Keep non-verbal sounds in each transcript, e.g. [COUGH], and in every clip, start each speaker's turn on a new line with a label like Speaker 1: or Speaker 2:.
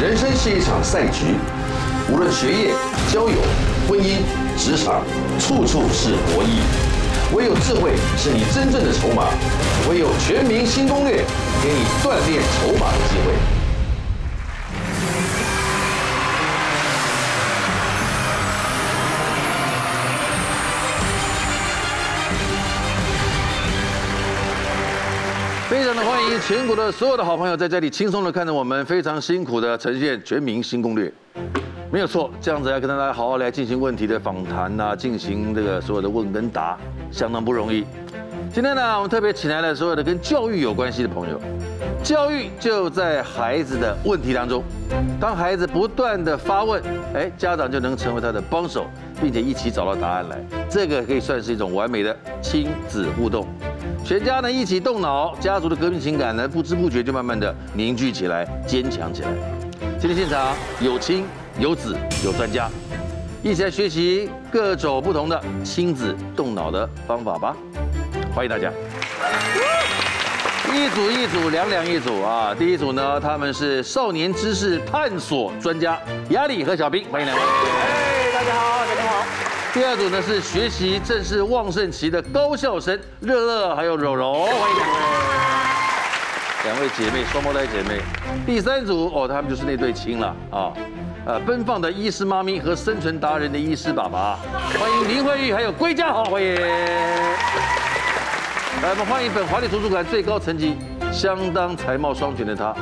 Speaker 1: 人生是一场赛局，无论学业、交友、婚姻、职场，处处是博弈。唯有智慧是你真正的筹码，唯有全民新攻略，给你锻炼筹码的机会。非常的欢迎全国的所有的好朋友在这里轻松的看着我们非常辛苦的呈现全民新攻略，没有错，这样子来啊跟大家好好来进行问题的访谈啊，进行这个所有的问跟答，相当不容易。今天呢，我们特别请来了所有的跟教育有关系的朋友，教育就在孩子的问题当中，当孩子不断的发问，哎，家长就能成为他的帮手，并且一起找到答案来，这个可以算是一种完美的亲子互动。全家呢一起动脑，家族的革命情感呢不知不觉就慢慢的凝聚起来，坚强起来。今天现场有亲有子有专家，一起来学习各种不同的亲子动脑的方法吧。欢迎大家。一组一组，两两一组啊！第一组呢，他们是少年知识探索专家雅里和小兵，欢迎两位。
Speaker 2: 哎大家好，大家好。
Speaker 1: 第二组呢是学习正是旺盛期的高校生乐乐还有柔柔，欢迎两位。两位姐妹，双胞胎姐妹。第三组哦，他们就是那对亲了啊，呃，奔放的医师妈咪和生存达人的医师爸爸，欢迎林慧玉还有归家好，欢迎。来，我们欢迎本华丽图书馆最高层级、相当才貌双全的他，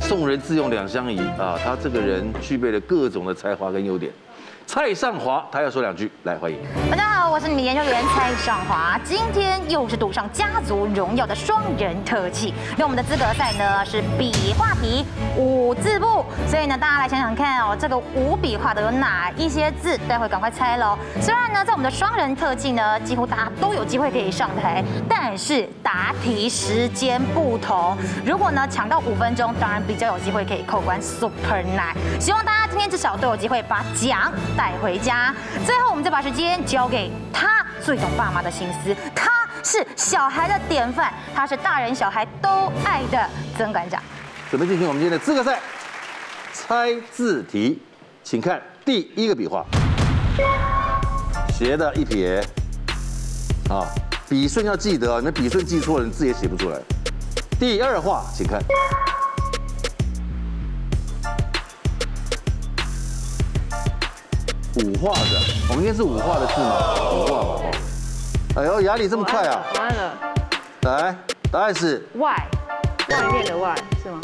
Speaker 1: 送人自用两相宜啊，他这个人具备了各种的才华跟优点。蔡尚华，他要说两句，来欢迎。
Speaker 3: 大家好，我是你们研究员蔡尚华，今天又是赌上家族荣耀的双人特技。那我们的资格赛呢是比话题五字部，所以呢大家来想想看哦，这个五笔画的有哪一些字？待会赶快猜喽。虽然呢在我们的双人特技呢，几乎大家都有机会可以上台，但是答题时间不同，如果呢抢到五分钟，当然比较有机会可以扣关 Super Nine。希望大家今天至少都有机会把奖带回家。最后，我们再把时间交给他最懂爸妈的心思，他是小孩的典范，他是大人小孩都爱的曾馆长。
Speaker 1: 准备进行我们今天的资格赛，猜字题，请看第一个笔画，斜的一撇，啊，笔顺要记得啊，你们笔顺记错了，你字也写不出来。第二画，请看，五画的，我们今天是五画的字吗？五画吧，哦。哎呦，雅里这么快啊！
Speaker 2: 完了
Speaker 1: 来，答案是
Speaker 2: 外外面的外是吗？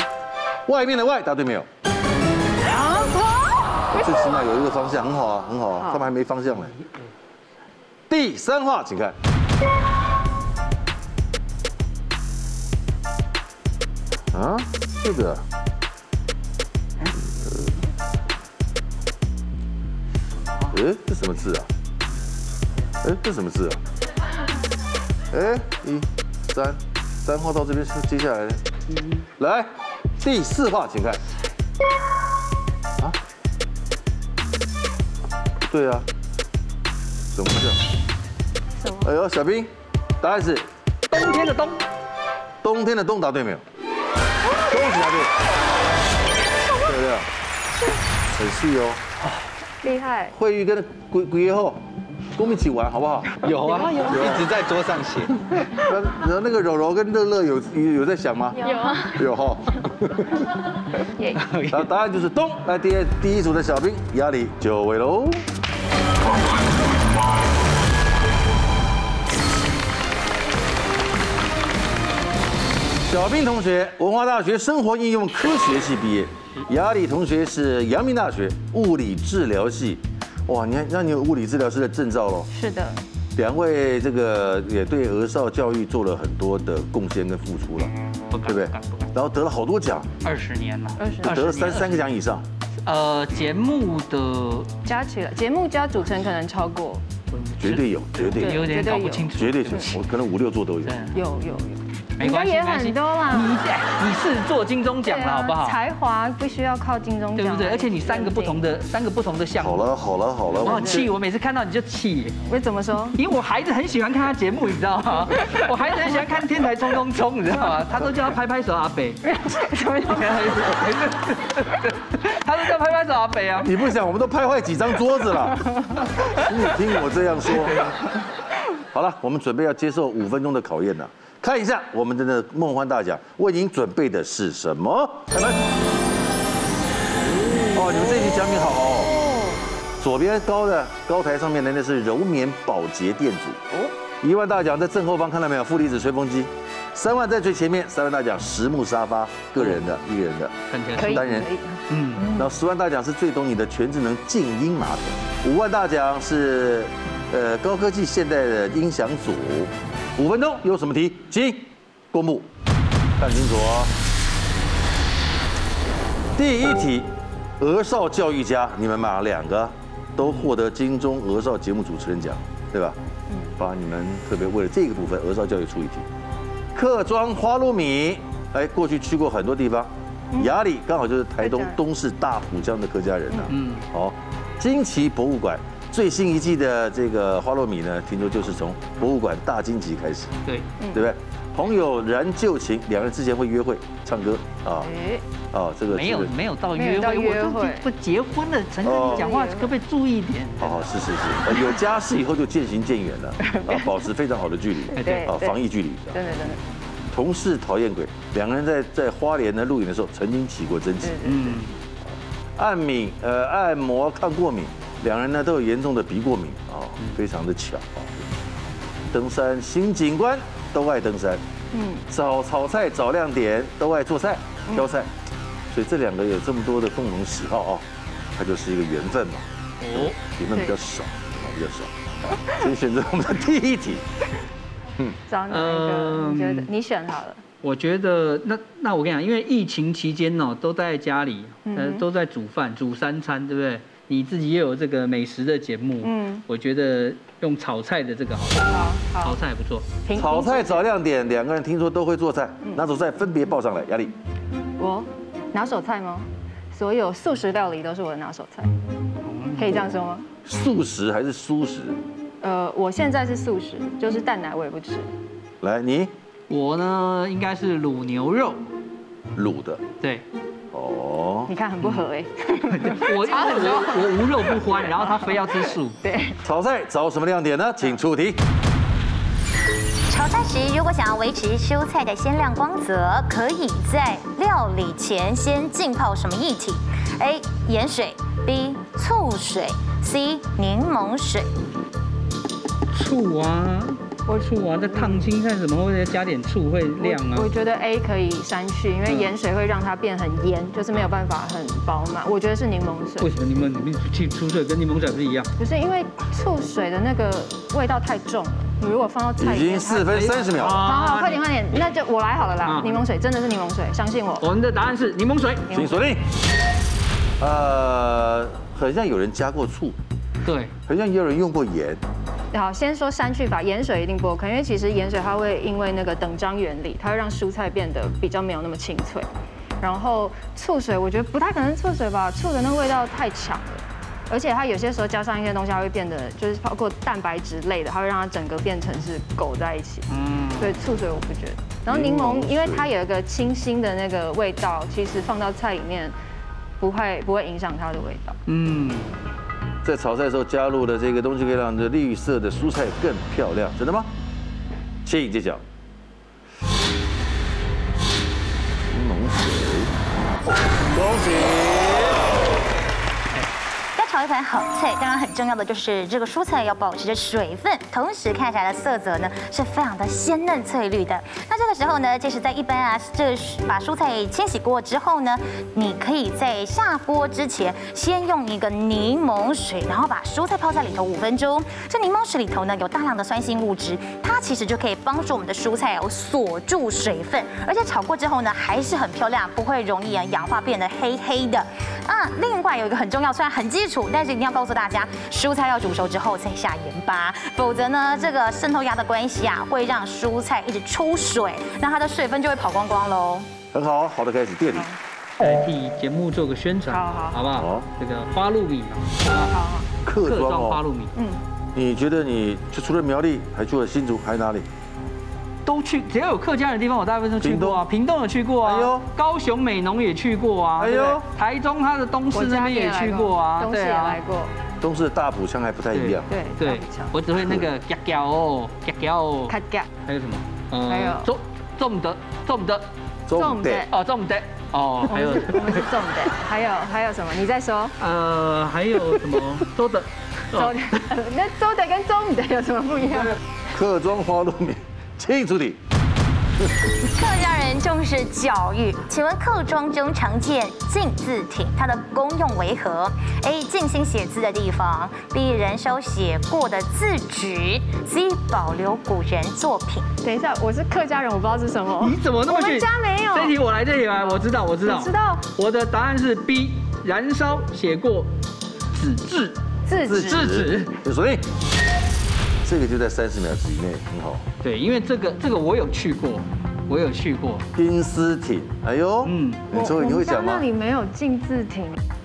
Speaker 1: 外面的外，答对没有？最起码有一个方向，很好啊，很好啊，
Speaker 2: 好
Speaker 1: 他们还没方向呢。第三画，请看，啊，这个，呃诶，这什么字啊？诶，这什么字啊？诶，一、三，三画到这边是接下来呢，来，第四画，请看。啊对啊，怎么这
Speaker 2: 什么
Speaker 1: 哎呦，小兵，答案是
Speaker 2: 冬天的冬，
Speaker 1: 冬天的冬，答对没有？恭喜答对，对不对？很细哦。
Speaker 2: 厉害。
Speaker 1: 慧玉跟鬼鬼爷后，跟我们一起玩好不好？
Speaker 4: 有啊，一直在桌上写。
Speaker 1: [LAUGHS] 那然后那个柔柔跟乐乐有有有在想吗？
Speaker 2: 有啊，
Speaker 1: 有哈。然后答案就是冬。来，第二第一组的小兵压力就位喽。小兵同学，文化大学生活应用科学系毕业；雅里同学是阳明大学物理治疗系。哇，你看，那你有物理治疗师的证照喽？
Speaker 2: 是的，
Speaker 1: 两位这个也对儿少教育做了很多的贡献跟付出了，
Speaker 4: 不
Speaker 1: 对不对
Speaker 4: 敢不敢不敢？
Speaker 1: 然后得了好多奖，
Speaker 4: 二十年了，
Speaker 2: 20
Speaker 1: 得了三三个奖以上。
Speaker 4: 呃，节目的
Speaker 2: 加起来节目加主持人可能超过，
Speaker 1: 绝对有绝对有
Speaker 4: 有点搞不清楚，
Speaker 1: 绝对行，我可能五六座都有
Speaker 4: 对。
Speaker 2: 有有有，
Speaker 4: 没关系，
Speaker 2: 应该也
Speaker 4: 没关系
Speaker 2: 很多啦
Speaker 4: 你你是做金钟奖
Speaker 2: 对
Speaker 4: 了，
Speaker 2: 啊
Speaker 4: 好不好？
Speaker 2: 才华必须要靠金钟奖，
Speaker 4: 对
Speaker 2: 啊
Speaker 4: 不对？而且你三个不同，的三个不同的项
Speaker 1: 好
Speaker 4: 目，
Speaker 1: 了好了好了，
Speaker 4: 我好
Speaker 1: 们
Speaker 4: 气，我每次看到你就气，
Speaker 2: 我怎
Speaker 1: [LAUGHS]
Speaker 2: 么说？
Speaker 4: 因为我孩子很喜欢看他节目，你知道吗？我孩子很喜欢看《天才冲冲冲》，你知道吗？他都叫他拍拍手阿北，什么意思？ [LAUGHS] 他都叫拍拍手阿北啊。
Speaker 1: 你不想，我们都拍坏几张桌子了。你听我这样说。好了，我们准备要接受五分钟的考验了，看一下我们的梦幻大奖为您准备的是什么？开门。哦，你们这一集奖品好哦。左边高的高台上面的那是柔棉保洁垫组。哦。一万大奖在正后方，看到没有？负离子吹风机。三万在最前面，三万大奖实木沙发，个人的，一人的。
Speaker 4: 很甜
Speaker 2: 可以，
Speaker 1: 单人
Speaker 2: 可以
Speaker 4: 嗯，
Speaker 1: 然后十万大奖是最懂你的全智能静音马桶，五万大奖是呃高科技现代的音响组。五分钟有什么题？请公布，看清楚哦。第一题，鹅少教育家，你们嘛两个都获得金钟鹅少节目主持人奖，对吧？嗯，把你们特别为了这个部分鹅少教育出一题。客庄花露米，哎，过去去过很多地方，雅里刚好就是台东
Speaker 2: 在这儿
Speaker 1: 东势大浦乡的客家人呐、
Speaker 4: 嗯
Speaker 1: 嗯，好，金奇博物馆最新一季的这个花露米呢，听说就是从博物馆大金奇开始，
Speaker 4: 对，
Speaker 1: 对不对？朋友燃旧情，两人之前会约会、唱歌啊
Speaker 2: 诶
Speaker 1: 啊，这个
Speaker 4: 没有
Speaker 1: 这个
Speaker 4: 没有到
Speaker 2: 没
Speaker 4: 约
Speaker 2: 有到
Speaker 4: 会，
Speaker 2: 约
Speaker 4: 我
Speaker 2: 会
Speaker 4: 都不结婚了，陈哥
Speaker 1: 哦
Speaker 4: 你讲话可不可以注意一点？
Speaker 1: 哦，是是是，呃有家室以后就渐行渐远了，啊，保持非常好的距离，
Speaker 4: 哎
Speaker 2: 对
Speaker 1: 啊，
Speaker 2: 对
Speaker 1: 防疫距离。
Speaker 2: 真的真的，
Speaker 1: 同事讨厌鬼，两个人在在花莲呢露营的时候曾经起过争执
Speaker 2: 对。对
Speaker 4: 嗯，
Speaker 1: 按敏呃按摩抗过敏，两人呢都有严重的鼻过敏啊、
Speaker 2: 嗯
Speaker 1: 非常的巧啊。登山新景观都爱登山，
Speaker 2: 嗯，
Speaker 1: 找炒菜找亮点都爱做菜挑菜，所以这两个有这么多的共同喜好啊、它就是一个缘分嘛，
Speaker 2: 哎
Speaker 4: 哦，
Speaker 1: 缘分比较少，啊比较少。好请选择我们的第一题，
Speaker 2: 找哪一个？
Speaker 4: 嗯
Speaker 2: 你觉得你选好了，
Speaker 4: 我觉得那那我跟你讲，因为疫情期间呢、都在家里，呃
Speaker 2: 嗯，哼
Speaker 4: 都在煮饭，煮三餐，对不对？你自己也有这个美食的节目，
Speaker 2: 嗯
Speaker 4: 嗯，我觉得用炒菜的这个好了，
Speaker 2: 好
Speaker 4: 炒
Speaker 2: 好，
Speaker 4: 菜不错。
Speaker 2: [LAUGHS] 平均嗯
Speaker 1: 炒菜找亮点，两个人听说都会做菜，哪种菜分别报上来？压力
Speaker 2: 我拿手菜吗？所有素食料理都是我的拿手菜，
Speaker 4: 嗯
Speaker 2: 可以这样说吗？
Speaker 1: 素食还是蔬食？
Speaker 2: 呃，我现在是素食，就是蛋奶我也不吃。
Speaker 1: 来，你
Speaker 4: 我呢应该是卤牛肉，
Speaker 1: 卤的
Speaker 2: [LAUGHS]
Speaker 4: 对
Speaker 1: 哦。
Speaker 2: 你看很不合哎，
Speaker 4: 我因为我我无肉不欢，然后他非要吃素，
Speaker 2: [LAUGHS] 对，
Speaker 1: 炒菜找什么亮点
Speaker 2: 嗯
Speaker 1: 呢？请出题。
Speaker 3: 炒菜时，如果想要维持蔬菜的鲜亮光泽，可以在料理前先浸泡什么液体？A. 盐水，B. 醋水，C. 柠檬水。
Speaker 4: 醋啊，会醋啊，这烫青菜怎么会加点醋会亮啊
Speaker 2: 我？我觉得 A 可以删去，因为
Speaker 4: 嗯
Speaker 2: 盐水会让它变很腌，就是没有办法很饱满。我觉得是柠檬水
Speaker 4: 为。什么你们你们去出水跟柠檬水不是一样？
Speaker 2: 不是因为醋水的那个味道太重了，你如果放到菜
Speaker 1: 已
Speaker 2: 里
Speaker 1: 经
Speaker 2: 面
Speaker 1: 四分三十秒了，
Speaker 2: 它好好，
Speaker 4: 啊
Speaker 2: 快点快点，那就我来好了啦
Speaker 4: 啊。
Speaker 2: 柠檬水真的是柠檬水，相信我。
Speaker 4: 我们的答案是柠檬水，
Speaker 2: 嗯
Speaker 1: 请锁定。呃，很像有人加过醋，
Speaker 4: 对，
Speaker 1: 很像也有人用过盐。
Speaker 2: 好，先说删去法，盐水一定不 OK，因为其实盐水它会因为那个等张原理，它会让蔬菜变得比较没有那么清脆。然后醋水，我觉得不太可能是醋水吧，醋的那味道太强了，而且它有些时候加上一些东西，它会变得就是包括蛋白质类的，它会让它整个变成是狗在一起。
Speaker 4: 嗯，
Speaker 2: 所以醋水我不觉得。然后柠檬
Speaker 1: 柠檬，水
Speaker 2: 因为它有一个清新的那个味道，其实放到菜里面不会不会影响它的味道。
Speaker 4: 嗯，
Speaker 1: 在炒菜的时候加入了这个东西，可以让这绿色的蔬菜更漂亮，真的吗？请揭晓。柠檬水，恭喜！
Speaker 3: 要炒一盘好菜，当然很重要的就是这个蔬菜要保持着水分，同时看起来的色泽呢是非常的鲜嫩翠绿的。那这个时候呢，其实在一般啊，这把蔬菜清洗过之后呢，你可以在下锅之前先用一个柠檬水，然后把蔬菜泡在里头五分钟。这柠檬水里头呢有大量的酸性物质，它其实就可以帮助我们的蔬菜哦锁住水分，而且炒过之后呢还是很漂亮，不会容易啊氧化变得黑黑的。嗯，另外有一个很重要，虽然很基础，但是一定要告诉大家，蔬菜要煮熟之后再下盐巴，否则呢，这个渗透压的关系啊，会让蔬菜一直出水，那它的水分就会跑光光喽。
Speaker 1: 很好，好的开始，店里
Speaker 2: 嗯
Speaker 4: 来替节目做个宣传，
Speaker 2: 好好
Speaker 4: 好不
Speaker 1: 好
Speaker 4: 好？这个花露米啊，啊
Speaker 2: 好，
Speaker 1: 客
Speaker 4: 客
Speaker 1: 庄
Speaker 4: 庄花
Speaker 1: 哦。
Speaker 4: 露米
Speaker 2: 嗯，
Speaker 1: 你觉得你就除了苗栗，还去了新竹，还有哪里？
Speaker 4: 都去，只要有客家人的地方，我大部分都去过啊，屏东有去过
Speaker 1: 哎呦
Speaker 4: 啊，高雄美浓也去过啊，
Speaker 1: 哎
Speaker 4: 哎
Speaker 1: 呦
Speaker 4: 呦，台中它的东
Speaker 2: 我
Speaker 4: 市那
Speaker 2: 家
Speaker 4: 边也
Speaker 2: 来
Speaker 4: 去过啊，
Speaker 2: 东西
Speaker 4: 对
Speaker 2: 也
Speaker 4: 啊
Speaker 2: 来，过，
Speaker 1: 东市的大埔乡还不太一样。
Speaker 2: 对
Speaker 4: 对，我只会那个嘎嘎哦，嘎嘎哦，
Speaker 2: 卡嘎，
Speaker 4: 还有什么？呃
Speaker 2: 还有
Speaker 4: 种种的种的
Speaker 2: 重点
Speaker 4: 哦，种的哦，还有
Speaker 2: 我们是我们是重的，还有还有什么？你再说。
Speaker 4: 呃，还有什
Speaker 2: [LAUGHS]
Speaker 4: 么？周的，
Speaker 2: 周的， [LAUGHS] 那周的跟中午的有什么不一样？
Speaker 1: 客庄花露米，清楚你。
Speaker 3: 客家人重视教育，请问客庄中常见“敬”字体，它的功用为何？A. 静心写字的地方；B. 人手写过的字纸；C. 保留古人作品。
Speaker 2: 等一下，我是客家人，我不知道是什么。
Speaker 4: 你怎么那么
Speaker 2: 我
Speaker 4: 逊？
Speaker 2: 们家没有。
Speaker 4: 这题我来，这题来，我知道，我知道，
Speaker 2: 你知道
Speaker 4: 我的答案是 B，燃烧写过纸质，
Speaker 2: 自
Speaker 4: 纸
Speaker 2: 己
Speaker 4: 质纸。
Speaker 1: 有锁定。这个就在三十秒之内，很好。
Speaker 4: 对，因为这个这个我有去过，我有去过。
Speaker 1: 冰丝挺，哎呦，嗯
Speaker 4: 嗯，
Speaker 1: 你
Speaker 2: 哦我
Speaker 1: 说你
Speaker 2: 们
Speaker 1: 会
Speaker 2: 家
Speaker 1: 讲吗
Speaker 2: 那？里没有进字亭，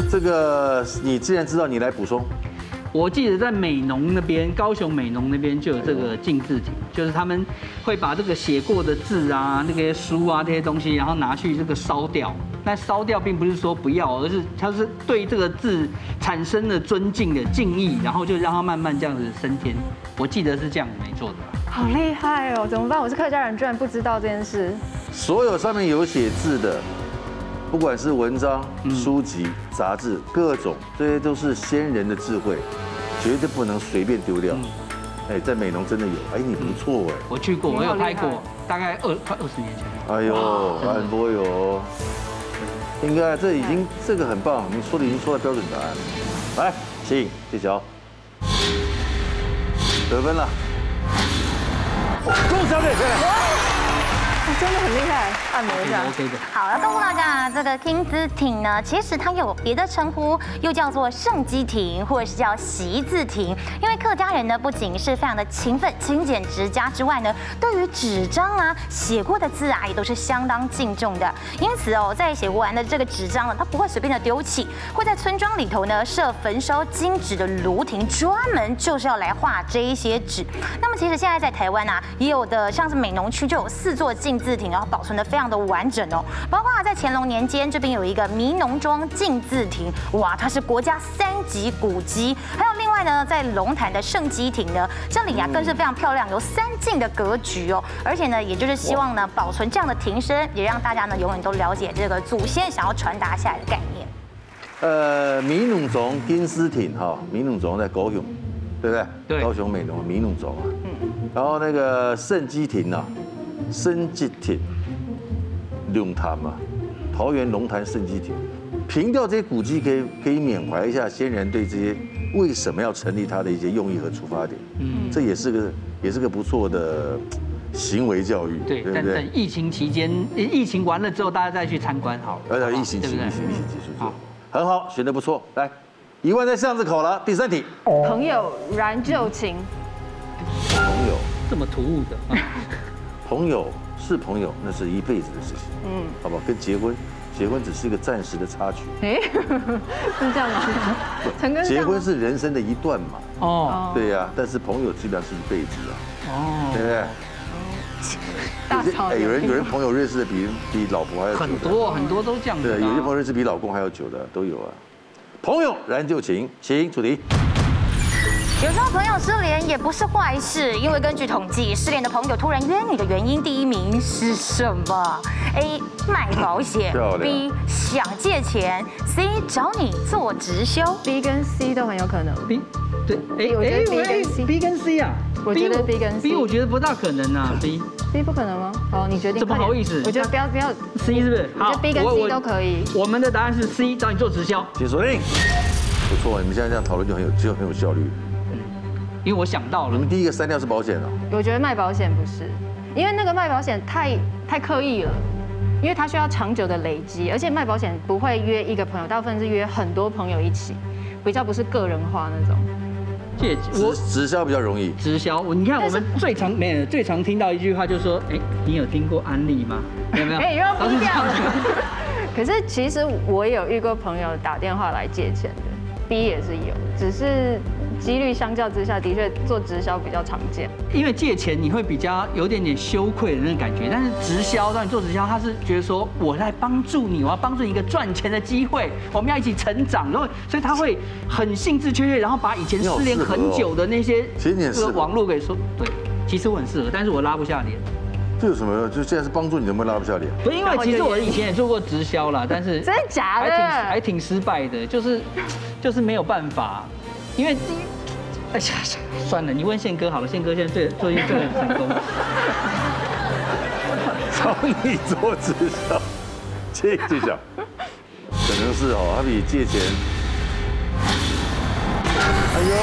Speaker 1: 这个你既然知道，你来补充。
Speaker 4: 我记得在美浓那边，高雄美浓那边就有这个禁字亭，就是他们会把这个写过的字啊、那些书啊这些东西，然后拿去这个烧掉。那烧掉并不是说不要，而是它是对这个字产生了尊敬的敬意，然后就让它慢慢这样子升天。我记得是这样没错的。
Speaker 2: 好厉害哦！怎么办？我是客家人，居然不知道这件事。
Speaker 1: 所有上面有写字的，不管是文章、书籍、杂志，各种，这些都是先人的智慧，绝对不能随便丢掉。哎，在美浓真的有，哎，你不错哎，
Speaker 4: 我去过，
Speaker 2: 你
Speaker 4: 我有
Speaker 2: 好厉害
Speaker 4: 拍过，大概二快二十年前。
Speaker 1: 哎呦，安波哟，应该这已经这个很棒，你说的已经说到标准答案。来，请揭晓，得分了，中小队回来。
Speaker 2: 我真的很厉害，按摩一下。
Speaker 4: OK 的。
Speaker 3: 好了，告诉大家，这个 King 字亭呢，其实它有别的称呼，又叫做圣基亭，或者是叫习字亭。因为客家人呢，不仅是非常的勤奋、勤俭持家之外呢，对于纸张啊、写过的字啊，也都是相当敬重的。因此哦，在写完的这个纸张呢，它不会随便的丢弃，会在村庄里头呢设焚烧金纸的炉亭，专门就是要来画这一些纸。那么其实现在在台湾啊，也有的像是美浓区就有四座禁字亭，然后保存的非常的完整哦。包括啊在乾隆年间，这边有一个迷农庄禁字亭，哇，它是国家三级古迹。还有另外呢，在龙潭的圣基亭呢，这里啊更是非常漂亮，有三进的格局哦。而且呢，也就是希望呢保存这样的亭身，也让大家呢永远都了解这个祖先想要传达下来的概念。
Speaker 1: 呃，米努总金丝挺哈，米努总在高雄，对不对？
Speaker 4: 对嗯
Speaker 1: 高雄美浓米努总啊。然后那个圣基亭啊，圣基亭，龙潭嘛，桃园龙潭圣基亭，凭掉这些古迹，可以可以缅怀一下先人对这些为什么要成立它的一些用意和出发点。嗯，这也是个也是个不错的嘖行为教育，
Speaker 4: 对，
Speaker 1: 不
Speaker 4: 但
Speaker 1: 对
Speaker 4: 等？疫情期间，疫情完了之后，大家再去参观好了。
Speaker 1: 而且疫情
Speaker 4: 对
Speaker 1: 期
Speaker 4: 不对嗯
Speaker 1: 疫情疫情结束之后
Speaker 4: 好，
Speaker 1: 很好，选的不错，来。一万在巷子口了，第三题。
Speaker 2: 朋友燃旧情，
Speaker 1: 朋友，
Speaker 4: 这么突兀的，啊
Speaker 1: 朋友是朋友，那是一辈子的事情。嗯，好吧，跟结婚，结婚只是一个暂时的插曲，
Speaker 2: [LAUGHS] 哎，是这样吗？陈哥是这
Speaker 1: 结
Speaker 2: 样吗
Speaker 1: 婚是人生的一段嘛。
Speaker 4: 哦
Speaker 1: 对呀、但是朋友基本上是一辈子啊，对不
Speaker 4: 哦，
Speaker 1: 对？
Speaker 2: 大
Speaker 1: 有些
Speaker 2: 吵
Speaker 1: 哎有人有人朋友认识的比比老婆还要久的
Speaker 4: 很，多很多都这样子的啊。
Speaker 1: 对，有些朋友认识比老公还要久的都有啊。朋友燃就情，请主题。
Speaker 3: 有时候朋友失联也不是坏事，因为根据统计，失联的朋友突然约你的原因，第一名是什么？A. 卖保险
Speaker 1: 漂亮
Speaker 3: ，B. 想借钱，C. 找你做直销。
Speaker 2: B 跟 C 都很有可能。
Speaker 4: B 对，哎
Speaker 2: 哎我觉得 B
Speaker 4: 喂
Speaker 2: 跟 C
Speaker 4: B 跟 C 啊，
Speaker 2: 我觉得
Speaker 4: B-
Speaker 2: B 跟 C
Speaker 4: B 我觉得不大可能啊，B
Speaker 2: [LAUGHS] C 不可能吗？好，你决定。
Speaker 4: 怎么
Speaker 2: 快点
Speaker 4: 好意思
Speaker 2: 我觉得不要不要，
Speaker 4: C 是不是？
Speaker 2: 我觉得 B 跟
Speaker 4: 我
Speaker 2: C
Speaker 4: 我
Speaker 2: 都可以。
Speaker 4: 我们的答案是 C，找你做直销，
Speaker 1: 请锁定。不错，你们现在这样讨论就很有就很有效率。
Speaker 4: 因为我想到
Speaker 1: 你
Speaker 4: 了
Speaker 1: 们，第一个删掉是保险哦，
Speaker 2: 我觉得卖保险不是，因为那个卖保险太太刻意了，因为它需要长久的累积，而且卖保险不会约一个朋友，大部分是约很多朋友一起，比较不是个人化那种。
Speaker 4: 借我
Speaker 1: 直直销比较容易。
Speaker 4: 直销，我你看我们最常没有最常听到一句话，就是说，哎，你有听过安利吗？有没有？
Speaker 2: [LAUGHS] 哎，又要
Speaker 4: 都是
Speaker 2: 低
Speaker 4: 这
Speaker 2: 调
Speaker 4: 样
Speaker 2: 了
Speaker 4: 子。
Speaker 2: 可是其实我有遇过朋友打电话来借钱的，B 也是有，只是几率相较之下，的确做直销比较常见。
Speaker 4: 因为借钱你会比较有点点羞愧的那种感觉，但是直销让你做直销，他是觉得说我在帮助你，我要帮助你一个赚钱的机会，我们要一起成长，然后所以他会很兴致缺缺，然后把以前失联很久的那些
Speaker 1: 其实你很适合
Speaker 4: 这个网络给说，对，其实我很适合，但是我拉不下脸。
Speaker 1: 这有什么？就现在是帮助你，能不能拉不下脸？
Speaker 4: 不是因为其实我以前也做过直销啦，但是
Speaker 2: 真的假的
Speaker 4: 还挺还挺失败的，就是就是没有办法，因为第一，哎呀，算了，你问宪哥好了，宪哥现在最最近最很成功。
Speaker 1: 找你做直销，借就讲，可能是哦，他比借钱。哎呦，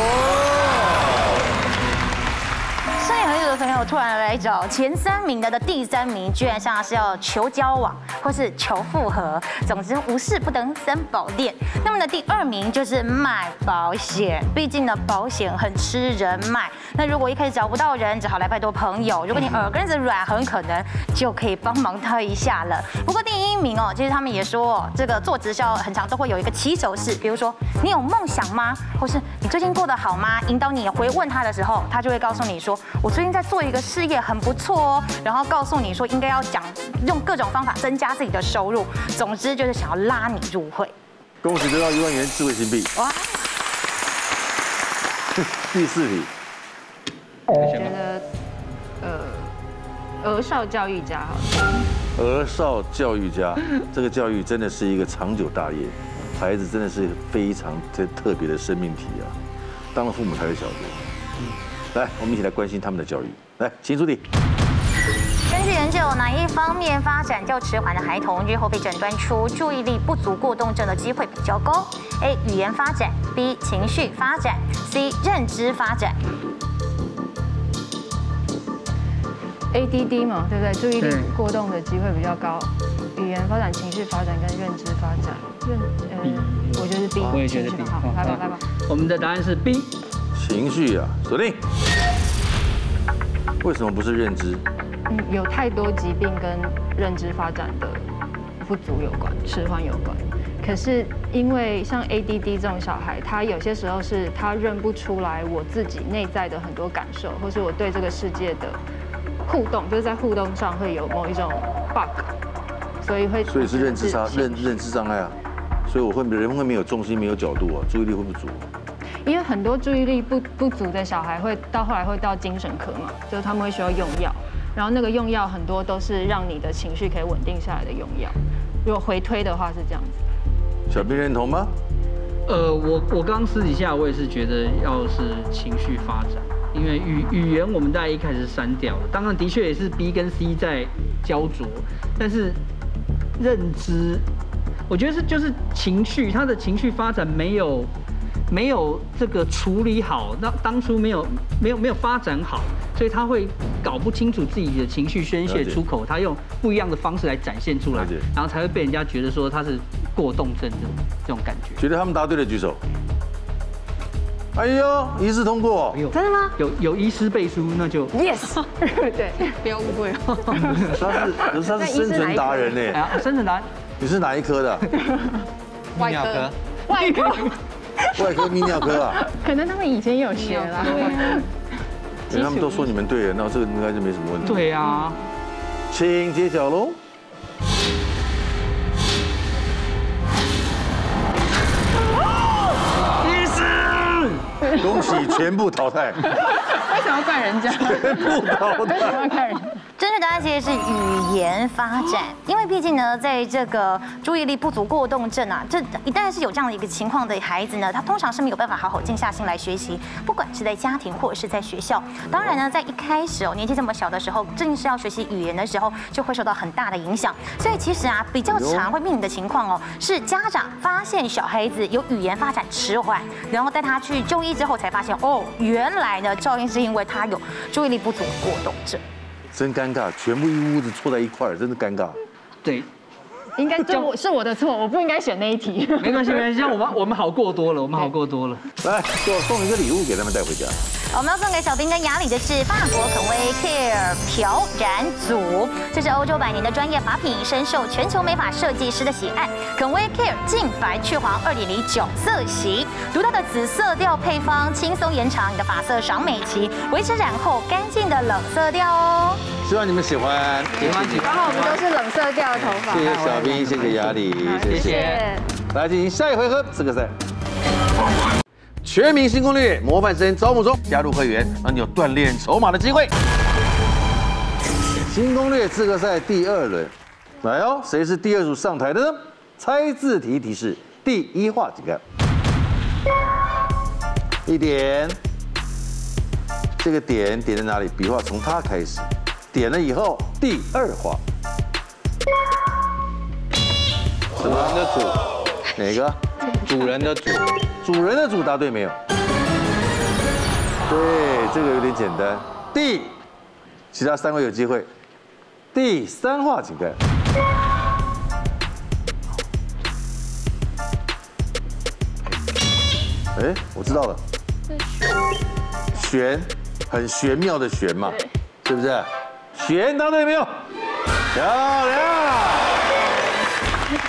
Speaker 3: 上一回有的朋友突然来找前三名的的第三名，居然像是要求交往或是求复合，总之无事不登三宝殿。那么呢，第二名就是买保险，毕竟呢保险很吃人脉。那如果一开始找不到人，只好来拜托朋友。如果你耳根子软，很可能就可以帮忙他一下了。不过第一名哦，其实他们也说哦，这个做直销很常都会有一个起手式，比如说你有梦想吗？或是你最近过得好吗？引导你回问他的时候，他就会告诉你说，我最近在做一个事业，很不错哦。然后告诉你说，应该要讲用各种方法增加自己的收入。总之就是想要拉你入会。
Speaker 1: 恭喜得到一万元智慧新币。
Speaker 3: 哇，
Speaker 1: [LAUGHS] 第四题，
Speaker 2: 我觉得，呃，儿少教育家好了，
Speaker 1: 儿少教育 [LAUGHS] 家，这个教育真的是一个长久大业，孩子真的是非常特特别的生命体啊，当了父母才会晓得。来，我们一起来关心他们的教育。来，请出题。
Speaker 3: 根据研究，哪一方面发展较迟缓的孩童，日后被诊断出注意力不足过动症的机会比较高？A. 语言发展，B. 情绪发展，C. 认知发展。
Speaker 2: ADD 嘛，对不对？注意力
Speaker 4: 对
Speaker 2: 过动的机会比较高，语言发展、情绪发展跟认知发展，认呃，我觉得是 B，
Speaker 4: 我也觉得哦
Speaker 2: 情
Speaker 4: B
Speaker 2: 绪。好，来吧来吧。
Speaker 4: 我们的答案是 B，
Speaker 1: 情绪啊，锁定。为什么不是认知？
Speaker 2: 嗯，有太多疾病跟认知发展的不足有关，迟缓有关。可是因为像 ADD 这种小孩，他有些时候是他认不出来我自己内在的很多感受，或是我对这个世界的互动，就是在互动上会有某一种 bug，所以会
Speaker 1: 所以是认知差
Speaker 2: 导、致
Speaker 1: 认认知障碍啊。所以我会人会没有重心，没有角度啊，注意力会不足。
Speaker 2: 因为很多注意力不不足的小孩会到后来会到精神科嘛，就是他们会需要用药，然后那个用药很多都是让你的情绪可以稳定下来的用药。如果回推的话是这样子，
Speaker 1: 小编认同吗？
Speaker 4: 呃，我我刚私底下我也是觉得，要是情绪发展，因为语语言我们大家一开始删掉了，当然的确也是 B 跟 C 在焦灼，但是认知，我觉得是就是情绪，他的情绪发展没有没有这个处理好，那当初没有没有没有发展好，所以他会搞不清楚自己的情绪宣
Speaker 1: 了
Speaker 4: 泄
Speaker 1: 解
Speaker 4: 出口，他用不一样的方式来展现出来
Speaker 1: 了解，
Speaker 4: 然后才会被人家觉得说他是过动症这种这种感觉。
Speaker 1: 觉得他们答对的举手。哎呦，一致通过
Speaker 4: 哎。呦，真的吗？有有医师背书，那就
Speaker 2: Yes，对，
Speaker 5: 不要误会哦。
Speaker 1: 他是可是他是生存达人欸
Speaker 4: 哎
Speaker 1: 呢。
Speaker 4: 呀，生成答案
Speaker 1: 你是哪一科
Speaker 5: [LAUGHS]
Speaker 1: 的啊？
Speaker 5: 外科，
Speaker 2: 外科
Speaker 1: 外科、泌尿
Speaker 5: [LAUGHS]
Speaker 1: 科啊？
Speaker 2: 可能他们以前有学啦。
Speaker 1: 哎他们都说你们对了，那这个应该就没什么问题。，
Speaker 4: 对啊，
Speaker 1: 请揭晓喽。
Speaker 4: 医师，
Speaker 1: 恭喜全部淘汰，
Speaker 5: 为什么要怪人家？
Speaker 1: 全部淘
Speaker 5: 为什么要。
Speaker 1: 汰
Speaker 5: 怪人家？
Speaker 3: 真正答案其实是语言发展，因为毕竟呢，在这个注意力不足过动症啊，这一旦是有这样的一个情况的孩子呢，他通常是没有办法好好静下心来学习，不管是在家庭或者是在学校。当然呢，在一开始哦，年纪这么小的时候，正是要学习语言的时候，就会受到很大的影响。所以其实啊，比较常会面临的情况哦，是家长发现小孩子有语言发展迟缓，然后带他去就医之后才发现，哦，原来呢，照应是因为他有注意力不足过动症。
Speaker 1: 真尴尬，全部一屋子凑在一块儿，真的尴尬。
Speaker 4: 对，
Speaker 2: 应该就我是我的错，我不应该选那一题。
Speaker 4: 没关系，没关系，像我们我们好过多了，我们好过多了。
Speaker 1: 来，就送一个礼物给他们带回家。
Speaker 3: 我们要送给小兵跟雅里的是法国肯威 Care 漂染组，这是欧洲百年的专业法品，深受全球美发设计师的喜爱。肯威 Care 净白去黄二点零九色型，独特的紫色调配方，轻松延长你的发色赏美期，维持染后干净的冷色调哦。
Speaker 1: 希望你们喜欢，
Speaker 4: 喜欢喜
Speaker 2: 然后我们都
Speaker 4: 欢。
Speaker 2: 是冷色调的头发。
Speaker 1: 谢谢小兵，谢谢雅里，谢
Speaker 4: 谢
Speaker 1: 谢。
Speaker 4: 谢。
Speaker 1: 来进行下一回合资格赛。全明星攻略模范生招募中，加入会员让你有锻炼筹码的机会。新攻略资格赛第二轮，来哦，谁是第二组上台的呢？猜字题提示，第一话请看。一点，这个点点在哪里？笔画从它开始，点了以后，第二画。主人的主，哪个？
Speaker 6: 主人的主，
Speaker 1: 主人的主答对没有？对，这个有点简单。第，其他三位有机会。第三话请看。哎，我知道了。玄，很玄妙的玄嘛，是不是？玄答对没有？漂亮。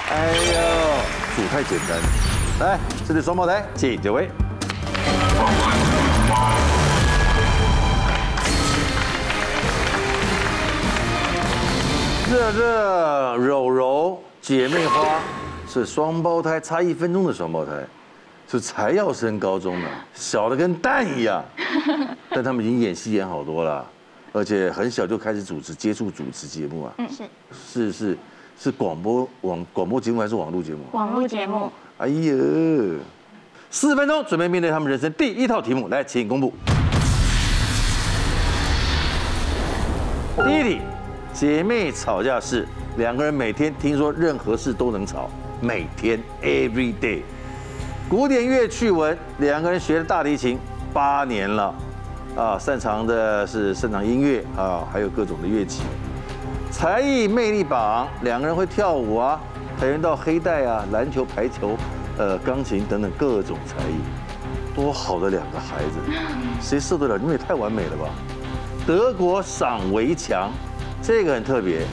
Speaker 1: 哎呦，组太简单了。来，这对双胞胎，请这位。热热、柔柔、姐妹花是双胞胎，差一分钟的双胞胎，是才要升高中的，小的跟蛋一样，但他们已经演戏演好多了，而且很小就开始主持接触主持节目啊，是
Speaker 3: 是
Speaker 1: 是是广播网广播节目还是网络节目啊？
Speaker 3: 网络节目。
Speaker 1: 哎呀，四分钟准备面对他们人生第一套题目，来，请公布。第一题，姐妹吵架是两个人每天听说任何事都能吵，每天 every day。古典乐趣闻，两个人学了大提琴八年了，啊，擅长的是擅长音乐啊，还有各种的乐器。才艺魅力榜，两个人会跳舞啊，跆拳道、黑带啊，篮球、排球，呃，钢琴等等各种才艺，多好的两个孩子，谁受得了？你们也太完美了吧！德国赏围墙，这个很特别，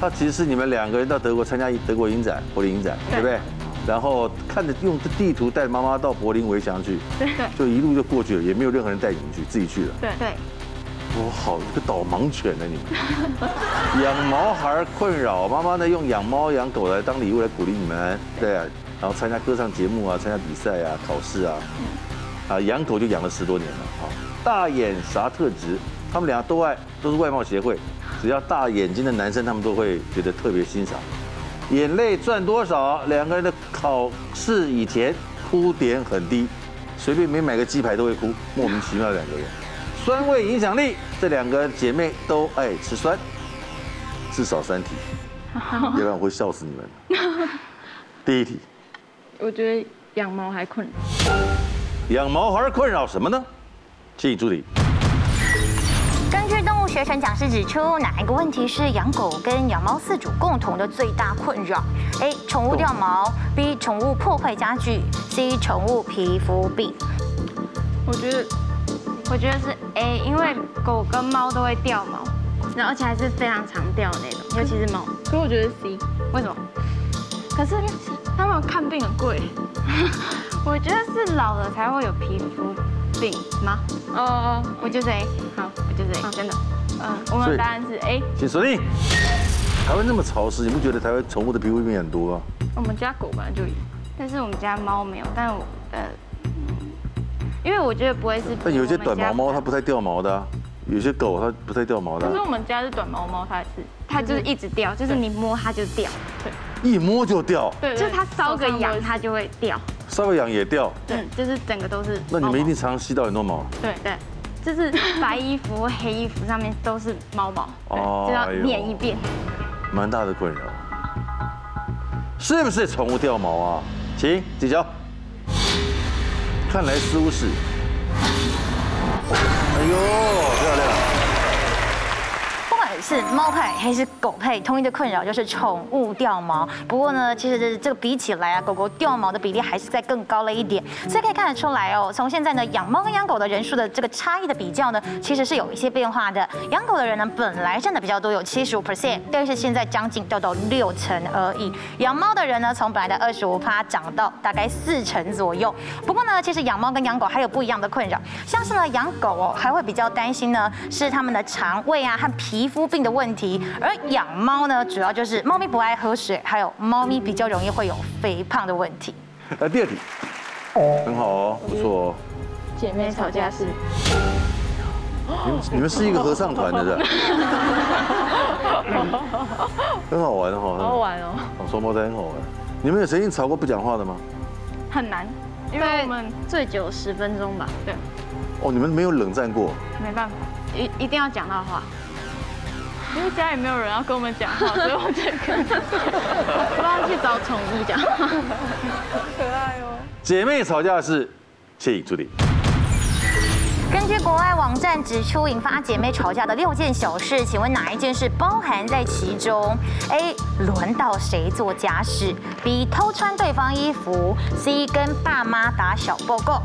Speaker 1: 它其实是你们两个人到德国参加德国影展、柏林影展，对不对？然后看着用地图带妈妈到柏林围墙去，对，就一路就过去了，也没有任何人带你们去，自己去了。
Speaker 2: 对对，
Speaker 1: 多好，这个导盲犬呢、你们 [LAUGHS] 养毛孩儿困扰，妈妈呢用养猫养狗来当礼物来鼓励你们，对、啊，然后参加歌唱节目啊，参加比赛啊，考试啊，啊，养狗就养了十多年了啊。大眼啥特质？他们俩都爱，都是外貌协会，只要大眼睛的男生，他们都会觉得特别欣赏。眼泪赚多少？两个人的考试以前哭点很低，随便没买个鸡排都会哭，莫名其妙两个人。酸味影响力，这两个姐妹都爱吃酸，至少三题，要不然我会笑死你们。 [LAUGHS] 第一题，
Speaker 5: 我觉得养猫还困扰，
Speaker 1: 养毛孩困扰什么呢？请助理。
Speaker 3: 根据动物学程讲师指出，哪一个问题是养狗跟养猫饲主共同的最大困扰？A. 宠物掉毛；B. 宠物破坏家具；C. 宠物皮肤病。
Speaker 5: 我觉得
Speaker 7: 我觉得是 A，因为狗跟猫都会掉毛，然后而且还是非常常掉那种，尤其是猫。
Speaker 5: 可我觉得 C，
Speaker 7: 为什么？
Speaker 5: 可是他们看病很贵。
Speaker 7: [LAUGHS] 我觉得是老了才会有皮肤病吗？
Speaker 5: 哦哦，
Speaker 7: 我就是 A，
Speaker 5: 好，
Speaker 7: 我就是 A，真的。嗯，我
Speaker 1: 所以
Speaker 7: 们答案是 A。
Speaker 1: 请锁定。台湾那么潮湿，你不觉得台湾宠物的皮肤病很多啊吗？
Speaker 5: 我们家狗本来就有，
Speaker 7: 但是我们家猫没有，但我呃，嗯因为我觉得不会是。
Speaker 1: 但有些短毛猫它不太掉毛的啊、有些狗它不太掉毛的啊、
Speaker 5: 可是我们家是短毛猫，它也是，
Speaker 7: 它就是一直掉，就是你摸它就掉，
Speaker 1: 一摸就掉，
Speaker 5: 对，
Speaker 7: 就是它搔个痒它就会掉，
Speaker 1: 稍微痒也掉。
Speaker 7: 对，就是整个都是毛
Speaker 1: 那
Speaker 7: 毛。
Speaker 1: 你们一定常常吸到很多毛。
Speaker 7: 对对，就是白衣服
Speaker 1: [LAUGHS]
Speaker 7: 或黑衣服上面都是猫毛，对
Speaker 1: 哦
Speaker 7: 就要
Speaker 1: 哎呦
Speaker 7: 念一遍。
Speaker 1: 蛮大的困扰，是不是宠物掉毛啊？请几交。看来似乎是。哎呦，漂亮！
Speaker 3: 不管底是猫派还是狗派，同一的困扰就是宠物掉毛。不过呢，其实这个比起来啊，狗狗掉毛的比例还是在更高了一点，所以可以看得出来哦，从现在呢养猫跟养狗的人数的这个差异的比较呢，其实是有一些变化的。养狗的人呢本来占的比较多，有七十五 percent，但是现在将近掉到六成而已。养猫的人呢，从本来的二十五趴涨到大概四成左右。不过呢，其实养猫跟养狗还有不一样的困扰，像是呢养狗哦，还会比较担心呢是它们的肠胃啊和皮肤病的问题，而养猫呢，主要就是猫咪不爱喝水，还有猫咪比较容易会有肥胖的问题。
Speaker 1: 来哎第二题，很好哦，不错哦。
Speaker 5: 姐妹吵架
Speaker 2: [LAUGHS]
Speaker 5: 是
Speaker 1: 你们你们是一个合唱团的，
Speaker 5: [LAUGHS]
Speaker 1: 是吧很好玩哦，
Speaker 5: 好好玩哦，
Speaker 1: 哦，双胞胎很好玩。你们有曾经吵过不讲话的吗？
Speaker 5: 很难，因为我
Speaker 7: 对
Speaker 5: 们
Speaker 7: 最久十分钟吧，
Speaker 5: 对
Speaker 1: 哦，你们没有冷战过，
Speaker 5: 没办法，
Speaker 7: 一一定要讲到话。
Speaker 5: 因为家里没有人要跟我们讲话，所以我就跟我帮去找宠物讲话。可爱哦。
Speaker 1: 姐妹吵架是，谢颖助理。
Speaker 3: 根据国外网站指出，引发姐妹吵架的六件小事，请问哪一件事包含在其中？A. 轮到谁做家事？B. 偷穿对方衣服？C. 跟爸妈打小报告？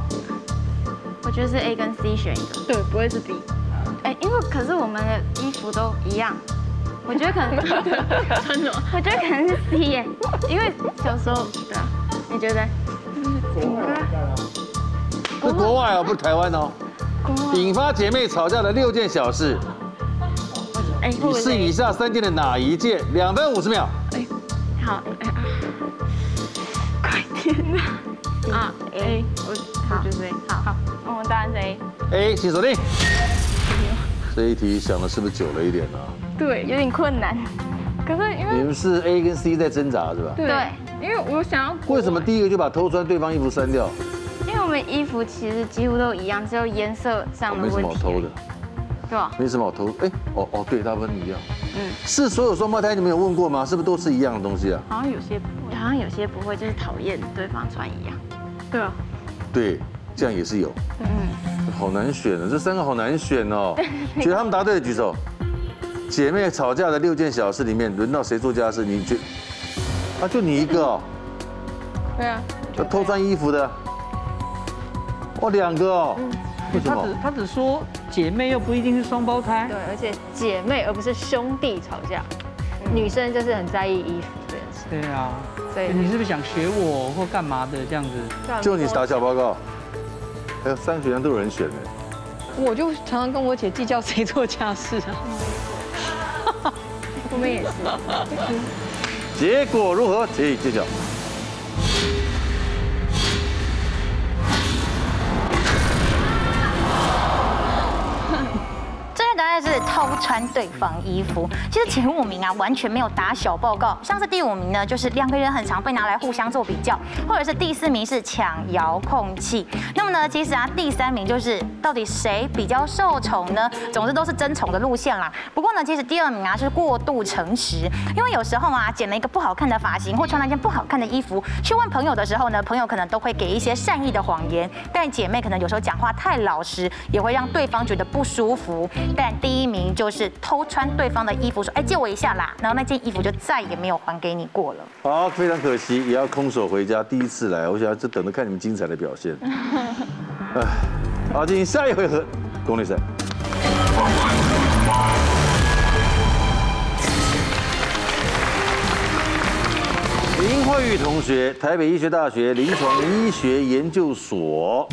Speaker 7: 我觉得是 A 跟 C 选一个。
Speaker 5: 对，不会是 B。
Speaker 7: 哎，因为可是我们的衣服都一样，我觉得可能， [LAUGHS]
Speaker 5: 真的吗？
Speaker 7: 我觉得可能是 C 耶，因为小时候对啊，你觉得？
Speaker 1: 是国外哦，不是台湾哦。引发姐妹吵架的六件小事，
Speaker 7: 哎，
Speaker 1: 你是以下三件的哪一件？两分五十秒。
Speaker 7: 好，哎啊，快点啊！啊
Speaker 5: 哎
Speaker 7: ，A，，
Speaker 5: 我我觉得是 A。好，好，我们答案是 A。
Speaker 1: A，请锁定。这一题想的是不是久了一点呢、
Speaker 5: 对，有点困难。可是因
Speaker 1: 你
Speaker 5: 为
Speaker 1: 们是 A 跟 C 在挣扎是吧？
Speaker 5: 对，因为我想要国
Speaker 1: 为什么
Speaker 5: 外？
Speaker 1: 第一个就把偷穿对方衣服删掉？
Speaker 7: 因为我们衣服其实几乎都一样，只有颜色
Speaker 1: 哦
Speaker 7: 上的
Speaker 1: 没什
Speaker 7: 问
Speaker 1: 么好
Speaker 7: 题。
Speaker 1: 偷的，
Speaker 7: 对啊吧？
Speaker 1: 没什么好偷。哎，哦哦，对，大部分一样。嗯，是所有双胞胎，你们有问过吗？是不是都是一样的东西啊？
Speaker 5: 好像有些不会。
Speaker 7: 好像有些不会，就是讨厌对方穿一样。
Speaker 5: 对啊，
Speaker 1: 对，这样也是有。嗯，好难选啊，这三个好难选哦。觉得他们答对的举手。姐妹吵架的六件小事里面，轮到谁做家事？你觉啊，就你一个哦，
Speaker 5: 对啊，
Speaker 1: 偷穿衣服的。哦，两个哦。为什
Speaker 4: 他
Speaker 1: 么
Speaker 4: 只？他只说姐妹又不一定是双胞胎
Speaker 2: 对，，而且姐妹而不是兄弟吵架，
Speaker 6: 嗯
Speaker 2: 女生就是很在意衣服这件事，
Speaker 4: 对啊，
Speaker 2: 所以
Speaker 4: 你是不是想学我或干嘛的这样子？
Speaker 1: 就你打小报告。还有三个选项都有人选的。
Speaker 6: 我就常常跟我姐计较谁做家事啊。
Speaker 5: 我们也是。
Speaker 1: [LAUGHS] 结果如何？请揭晓。
Speaker 3: 正确答案是偷穿对方衣服。其实前五名啊完全没有打小报告，像是第五名呢，就是两个人很常被拿来互相做比较，或者是第四名是抢遥控器。那么呢，其实啊第三名就是到底谁比较受宠呢？总之都是争宠的路线啦。不过呢，其实第二名啊是过度诚实，因为有时候啊剪了一个不好看的发型或穿了一件不好看的衣服，去问朋友的时候呢，朋友可能都会给一些善意的谎言，但姐妹可能有时候讲话太老实，也会让对方觉得不舒服。但第一名就是偷穿对方的衣服，说：“哎，借我一下啦。”然后那件衣服就再也没有还给你过了。
Speaker 1: 好，非常可惜，也要空手回家。第一次来，我想就等着看你们精彩的表现。哎，好，进行下一回合，功力赛。林慧玉同学，台北医学大学临床医学研究所。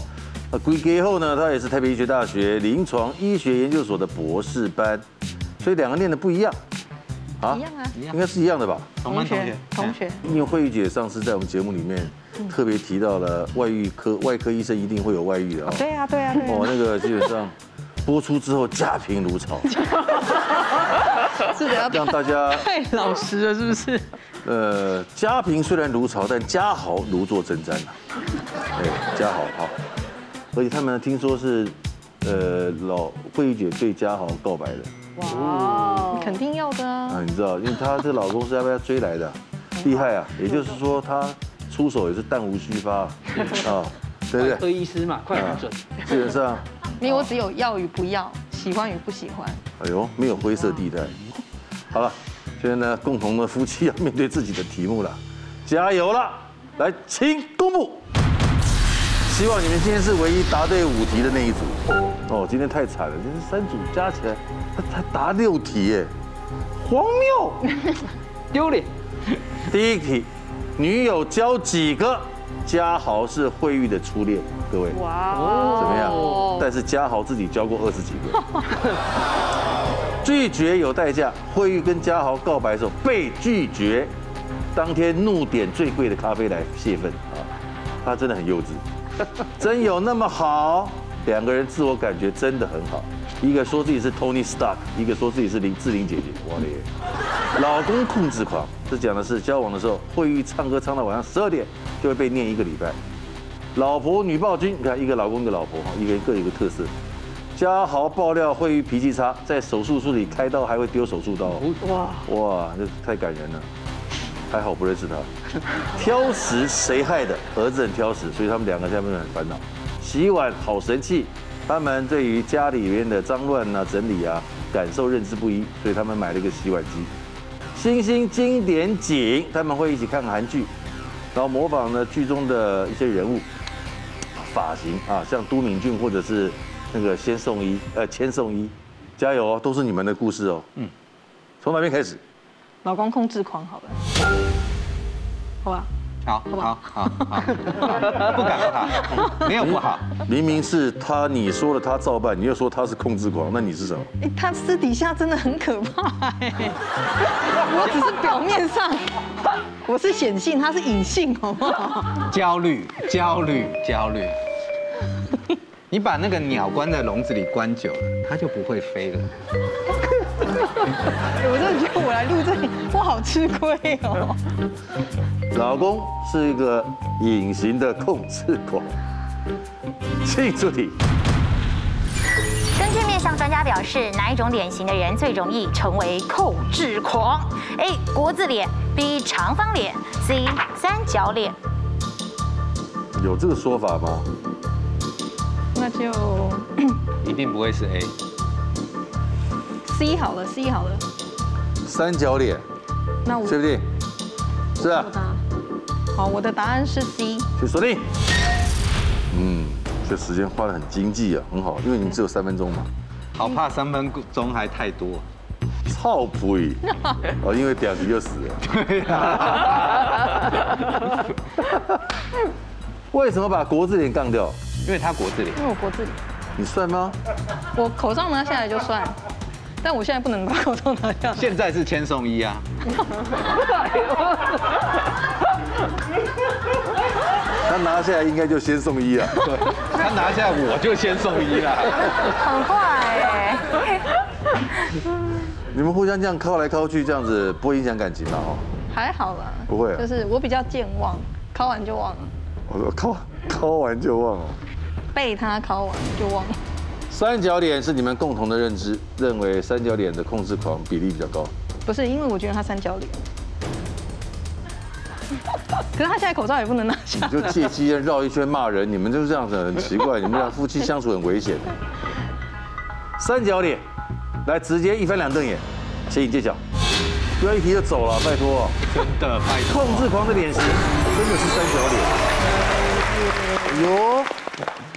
Speaker 1: 呃，归结后呢，她也是台北医学大学临床医学研究所的博士班，所以两个念的不一样啊，
Speaker 6: 一样啊
Speaker 1: 应该是一样的吧？
Speaker 6: 同班同学，同学，
Speaker 1: 因为慧玉姐上次在我们节目里面
Speaker 6: 嗯
Speaker 1: 特别提到了外遇科外科医生一定会有外遇的啊，
Speaker 6: 对啊，对啊，对
Speaker 1: 哦，那个基本上播出之后家贫如潮，
Speaker 6: 啊， [LAUGHS] 是的，要
Speaker 1: 让大家
Speaker 6: 太老实了，是不是？
Speaker 1: 呃家贫虽然如潮，但家豪如坐针毡啊，哎，家豪好，而且他们听说是呃老慧玉姐对家豪告白的
Speaker 6: 你肯定要的啊。
Speaker 1: 啊，你知道，因为她这老公是要被她追来的啊，厉害啊，也就是说她出手也是弹无虚发啊 [LAUGHS] 啊，对不对？
Speaker 8: 啊
Speaker 1: 啊
Speaker 4: 科医师嘛，快很准。
Speaker 1: 基本上。
Speaker 2: 哦
Speaker 6: 没有，我只有要与不要，喜欢与不喜欢。
Speaker 1: 哎呦，没有灰色地带。好了，现在呢，共同的夫妻要面对自己的题目了，加油了！来，请公布。希望你们今天是唯一答对五题的那一组。哦，今天太惨了，今天三组加起来，他才答六题耶，荒谬！
Speaker 4: 丢脸。
Speaker 1: 第一题，女友交几个？嘉豪是惠玉的初恋，各位。哇哦，怎么样？但是嘉豪自己交过二十几个。 [LAUGHS] 拒绝有代价，惠玉跟嘉豪告白的时候被拒绝，当天怒点最贵的咖啡来泄愤啊！他真的很幼稚， [LAUGHS] 真有那么好？两个人自我感觉真的很好，一个说自己是 Tony Stark，一个说自己是林志玲姐姐，我嘞！老公控制狂，这讲的是交往的时候，会遇唱歌唱到晚上十二点，就会被念一个礼拜。老婆女暴君，你看一个老公一个老婆，一个人各有一个特色。嘉豪爆料会遇脾气差，在手术室里开刀还会丢手术刀，哇哇，这太感人了。还好不认识他。挑食谁害的？儿子很挑食，所以他们两个现在很烦恼。洗碗好神气，他们对于家里面的脏乱啊、整理啊，感受认知不一，所以他们买了一个洗碗机。星星经典景，他们会一起看韩剧，然后模仿呢剧中的一些人物发型啊，像都敏俊或者是那个先送一呃千颂伊，加油哦，都是你们的故事哦。嗯，从哪边开始？
Speaker 6: 老公控制狂，好了，好吧。
Speaker 8: 好好好好， [LAUGHS] 不敢不好，没有不好。
Speaker 1: 明明是他，你说了他照办，你又说他是控制狂，那你是什么？
Speaker 6: 哎，他私底下真的很可怕哎，我只是表面上，我是显性，他是隐性，好不好？
Speaker 8: 焦虑焦虑焦虑。你把那个鸟关在笼子里关久了，它就不会飞了。
Speaker 6: 哎我真的觉得我来录这里，我好吃亏哦。
Speaker 1: 老公是一个隐形的控制狂。庆祝你，
Speaker 3: 根据面相专家表示，哪一种脸型的人最容易成为控制狂？A. 国字脸，B. 长方脸，C. 三角脸。
Speaker 1: 有这个说法吗？
Speaker 6: 那就
Speaker 8: 一定不会是 A。
Speaker 6: C 好了，C 好了。
Speaker 1: 三角脸，
Speaker 6: 那我
Speaker 1: 对不对？是啊
Speaker 6: 我，答，好，我的答案是 C。
Speaker 1: 去锁定。嗯，这时间花的很经济啊，很好，因为你们只有三分钟嘛。
Speaker 8: 好怕三分钟还太多。
Speaker 1: 操不已，哦，因为表题就死了。为什么把国字脸杠掉？
Speaker 8: 因为他国字脸，
Speaker 6: 因为我国字，
Speaker 1: 你算吗？
Speaker 6: 我口罩拿下来就算，但我现在不能把口罩拿下来。
Speaker 8: 现在是千颂伊啊，
Speaker 1: 他拿下来应该就先送医啊。
Speaker 8: 他拿下我就先送啊医了。
Speaker 3: 很坏哎，
Speaker 1: 你们互相这样靠来靠去，这样子不会影响感情的哦。
Speaker 6: 还好啦，
Speaker 1: 不会啊
Speaker 6: 就是我比较健忘，考完就忘了，
Speaker 1: 我说靠，靠完就忘了。
Speaker 6: 被他考完就忘了。
Speaker 1: 三角脸是你们共同的认知，认为三角脸的控制狂比例比较高。
Speaker 6: 不是，因为我觉得他三角脸。 [LAUGHS] 可是他现在口罩也不能拿下
Speaker 1: 你，就借机绕一圈骂人，你们就是这样子，很奇怪。你们俩夫妻相处很危险的。三角脸，来直接一翻两瞪眼，请你揭晓。不要一提就走了，拜托。
Speaker 8: 真的，拜托。
Speaker 1: 控制狂的脸型真的是三角脸。哎呦，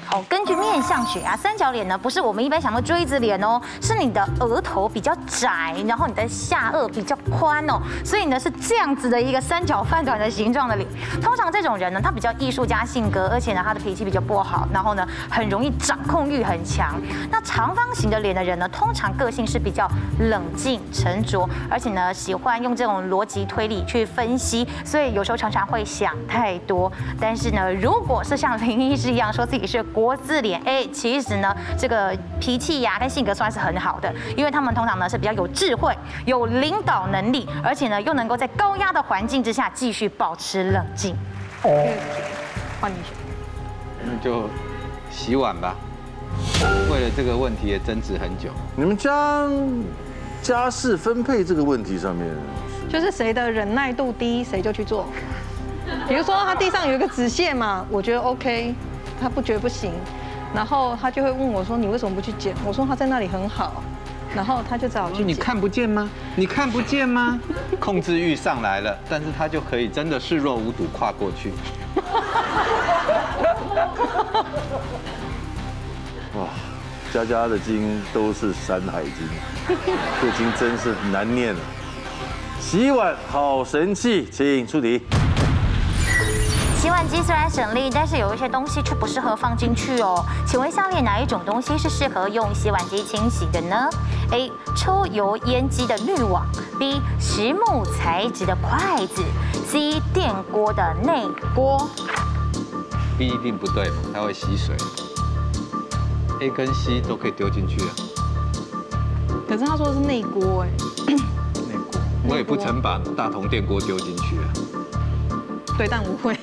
Speaker 3: 好，哦根据面相学啊，三角脸呢不是我们一般想到锥子脸哦，是你的额头比较窄，然后你的下颚比较宽哦，所以呢是这样子的一个三角饭团的形状的脸。通常这种人呢，他比较艺术家性格，而且呢他的脾气比较不好，然后呢很容易掌控欲很强。那长方形的脸的人呢，通常个性是比较冷静沉着，而且呢喜欢用这种逻辑推理去分析，所以有时候常常会想太多。但是呢，如果是像林医师一样说自己是国字脸，哎，其实呢，这个脾气呀、跟性格算是很好的，因为他们通常呢是比较有智慧、有领导能力，而且呢又能够在高压的环境之下继续保持冷静。
Speaker 6: 换你选。
Speaker 8: 那就洗碗吧。为了这个问题也争执很久。
Speaker 1: 你们家家事分配这个问题上面，
Speaker 6: 就是谁的忍耐度低，谁就去做。比如说他地上有一个纸屑嘛，我觉得 OK，他不觉得不行。
Speaker 2: 然后他就会问我说：“你为什么不去捡？”我说：“他在那里很好。”然后他就找我去捡。
Speaker 8: 你看不见吗？你看不见吗？控制欲上来了，但是他就可以真的视若无睹跨过去。
Speaker 1: 哇，佳佳的经都是《山海经》，这经真是难念了。洗碗好神器，请出题。
Speaker 3: 洗碗机虽然省力，但是有一些东西却不适合放进去哦。请问下列哪一种东西是适合用洗碗机清洗的呢？A. 抽油烟机的滤网，B. 实木材质的筷子，C. 电锅的内锅。
Speaker 8: B 一定不对嘛，它会吸水。A 跟 C 都可以丢进去啊，
Speaker 2: 可是他说的是内锅哎，
Speaker 8: 那锅我也不曾把大同电锅丢进去啊。
Speaker 2: 对，但我会。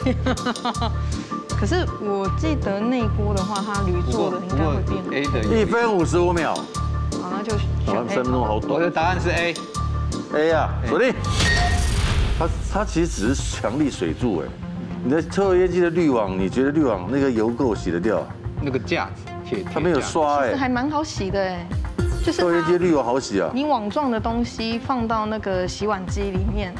Speaker 2: 可是我记得内锅的话，它铝做的应该会变
Speaker 8: A 的
Speaker 1: 一
Speaker 8: 有
Speaker 1: 分五十五秒，
Speaker 2: 好，那就
Speaker 1: 哇
Speaker 2: 选
Speaker 1: 他们
Speaker 2: A
Speaker 1: 三分钟好
Speaker 8: 我
Speaker 1: 短
Speaker 8: 的。答案是 A。
Speaker 1: A 哎呀，
Speaker 8: 哎
Speaker 1: 锁定。它它其实只是强力水柱哎，你的抽油烟机的滤网，你觉得滤网那个油垢洗得掉？
Speaker 8: 那个架子，铁
Speaker 1: 它没有，刷
Speaker 2: 这
Speaker 1: 哎，
Speaker 2: 还蛮好洗的哎，就是
Speaker 1: 抽油烟机
Speaker 2: 它
Speaker 1: 的滤网好洗啊。
Speaker 2: 你网状的东西放到那个洗碗机里面，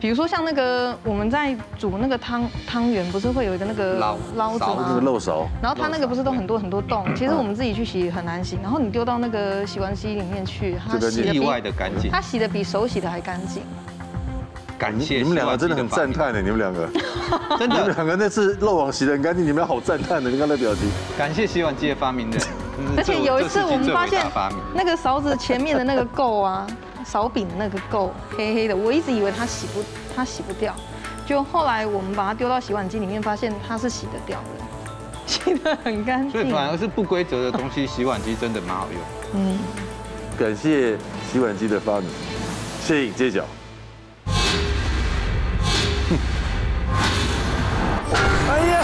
Speaker 2: 比如说像那个我们在煮那个汤汤圆，不是会有一个那个
Speaker 8: 捞
Speaker 2: 捞子
Speaker 8: 勺
Speaker 1: 那个
Speaker 2: 吗？
Speaker 1: 漏勺，
Speaker 2: 然后它那个不是都很多很多洞，其实我们自己去洗很难洗，然后你丢到那个洗碗机里面去，它
Speaker 1: 这个
Speaker 2: 洗的
Speaker 8: 铁
Speaker 1: 你
Speaker 8: 架意外
Speaker 2: 比
Speaker 8: 的干净。
Speaker 2: 它洗的比手洗的还干净。
Speaker 8: 感谢
Speaker 1: 你们两个真的很赞叹
Speaker 8: 赞
Speaker 1: 的，你们两个，
Speaker 8: 叹， [LAUGHS]
Speaker 1: [LAUGHS]
Speaker 8: 真
Speaker 1: 你们
Speaker 8: 的
Speaker 1: 两个那次漏网洗得很干净，你们好赞叹的，你刚才表情。
Speaker 8: 感谢洗碗机的发明人。
Speaker 2: 而且有一次我们发现
Speaker 8: 发明
Speaker 2: 那个勺子前面的那个垢啊，勺柄的那个垢黑黑的，我一直以为它洗不它洗不掉，就后来我们把它丢到洗碗机里面，发现它是洗得掉的， [LAUGHS] 洗得很干
Speaker 8: 所以
Speaker 2: 净。
Speaker 8: 反而是不规则的东西，洗碗机真的蛮好用。
Speaker 2: 嗯，
Speaker 1: 感谢洗碗机的发明，请揭晓。哎呀，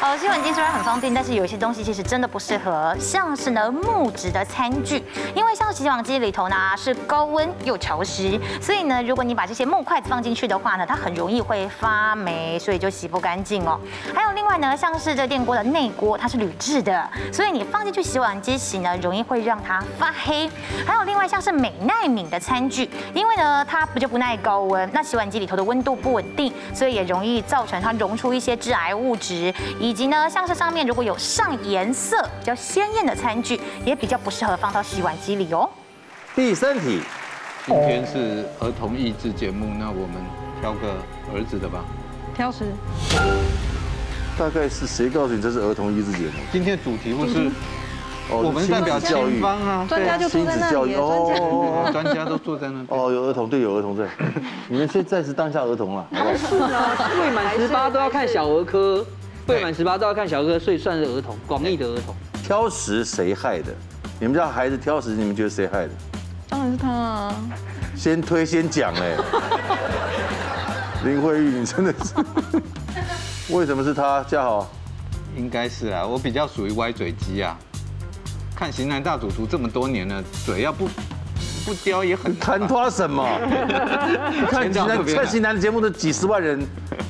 Speaker 3: 呃，洗碗机虽然很方便，但是有些东西其实真的不适合，像是呢木质的餐具，因为像洗碗机里头呢是高温又潮湿，所以呢，如果你把这些木筷子放进去的话呢，它很容易会发霉，所以就洗不干净哦。还有另外呢，像是这电锅的内锅，它是铝制的，所以你放进去洗碗机洗呢，容易会让它发黑。还有另外像是美耐敏的餐具，因为呢它不就不耐高温，那洗碗机里头的温度不稳定，所以也容易造成它溶出一些致癌物质，以及呢像是上面如果有上颜色比较鲜艳的餐具，也比较不适合放到洗碗机里哦。
Speaker 1: 第三题，
Speaker 8: 今天是儿童益智节目，那我们挑个儿子的吧。
Speaker 2: 挑食。
Speaker 1: 大概是谁告诉你这是儿童益智节目？
Speaker 8: 今天的主题不是
Speaker 1: 哦
Speaker 8: 我们代表教育方啊，
Speaker 2: 嗯专家就坐
Speaker 1: 亲
Speaker 2: 在
Speaker 1: 子
Speaker 2: 那
Speaker 1: 教
Speaker 2: 里
Speaker 1: 育
Speaker 2: 耶，专家
Speaker 1: 哦。
Speaker 8: 专家都坐在那边。
Speaker 1: 哦，有儿童，对，有儿童
Speaker 2: [LAUGHS]
Speaker 1: 在。你们先暂时当下儿童了，好不好？
Speaker 4: 未满十八都要看小儿科，未满十八都要看小儿科，所以算是儿童，广义的儿童。
Speaker 1: 挑食谁害的？你们家孩子挑食，你们觉得谁害的？
Speaker 2: 当然是他啊。
Speaker 1: 先推先讲哎，
Speaker 2: [LAUGHS]
Speaker 1: 林慧玉，你真的是，为什么是他？嘉豪，
Speaker 8: 应该是啊，我比较属于歪嘴鸡啊。看《型男大主厨》这么多年了，嘴要不不叼也很难
Speaker 1: 谈
Speaker 8: 吧。
Speaker 1: 他
Speaker 2: [LAUGHS]
Speaker 1: 什么？看济
Speaker 8: 到特
Speaker 1: 南
Speaker 8: 别
Speaker 1: 看
Speaker 8: 难
Speaker 1: 济南的节目都几十万人，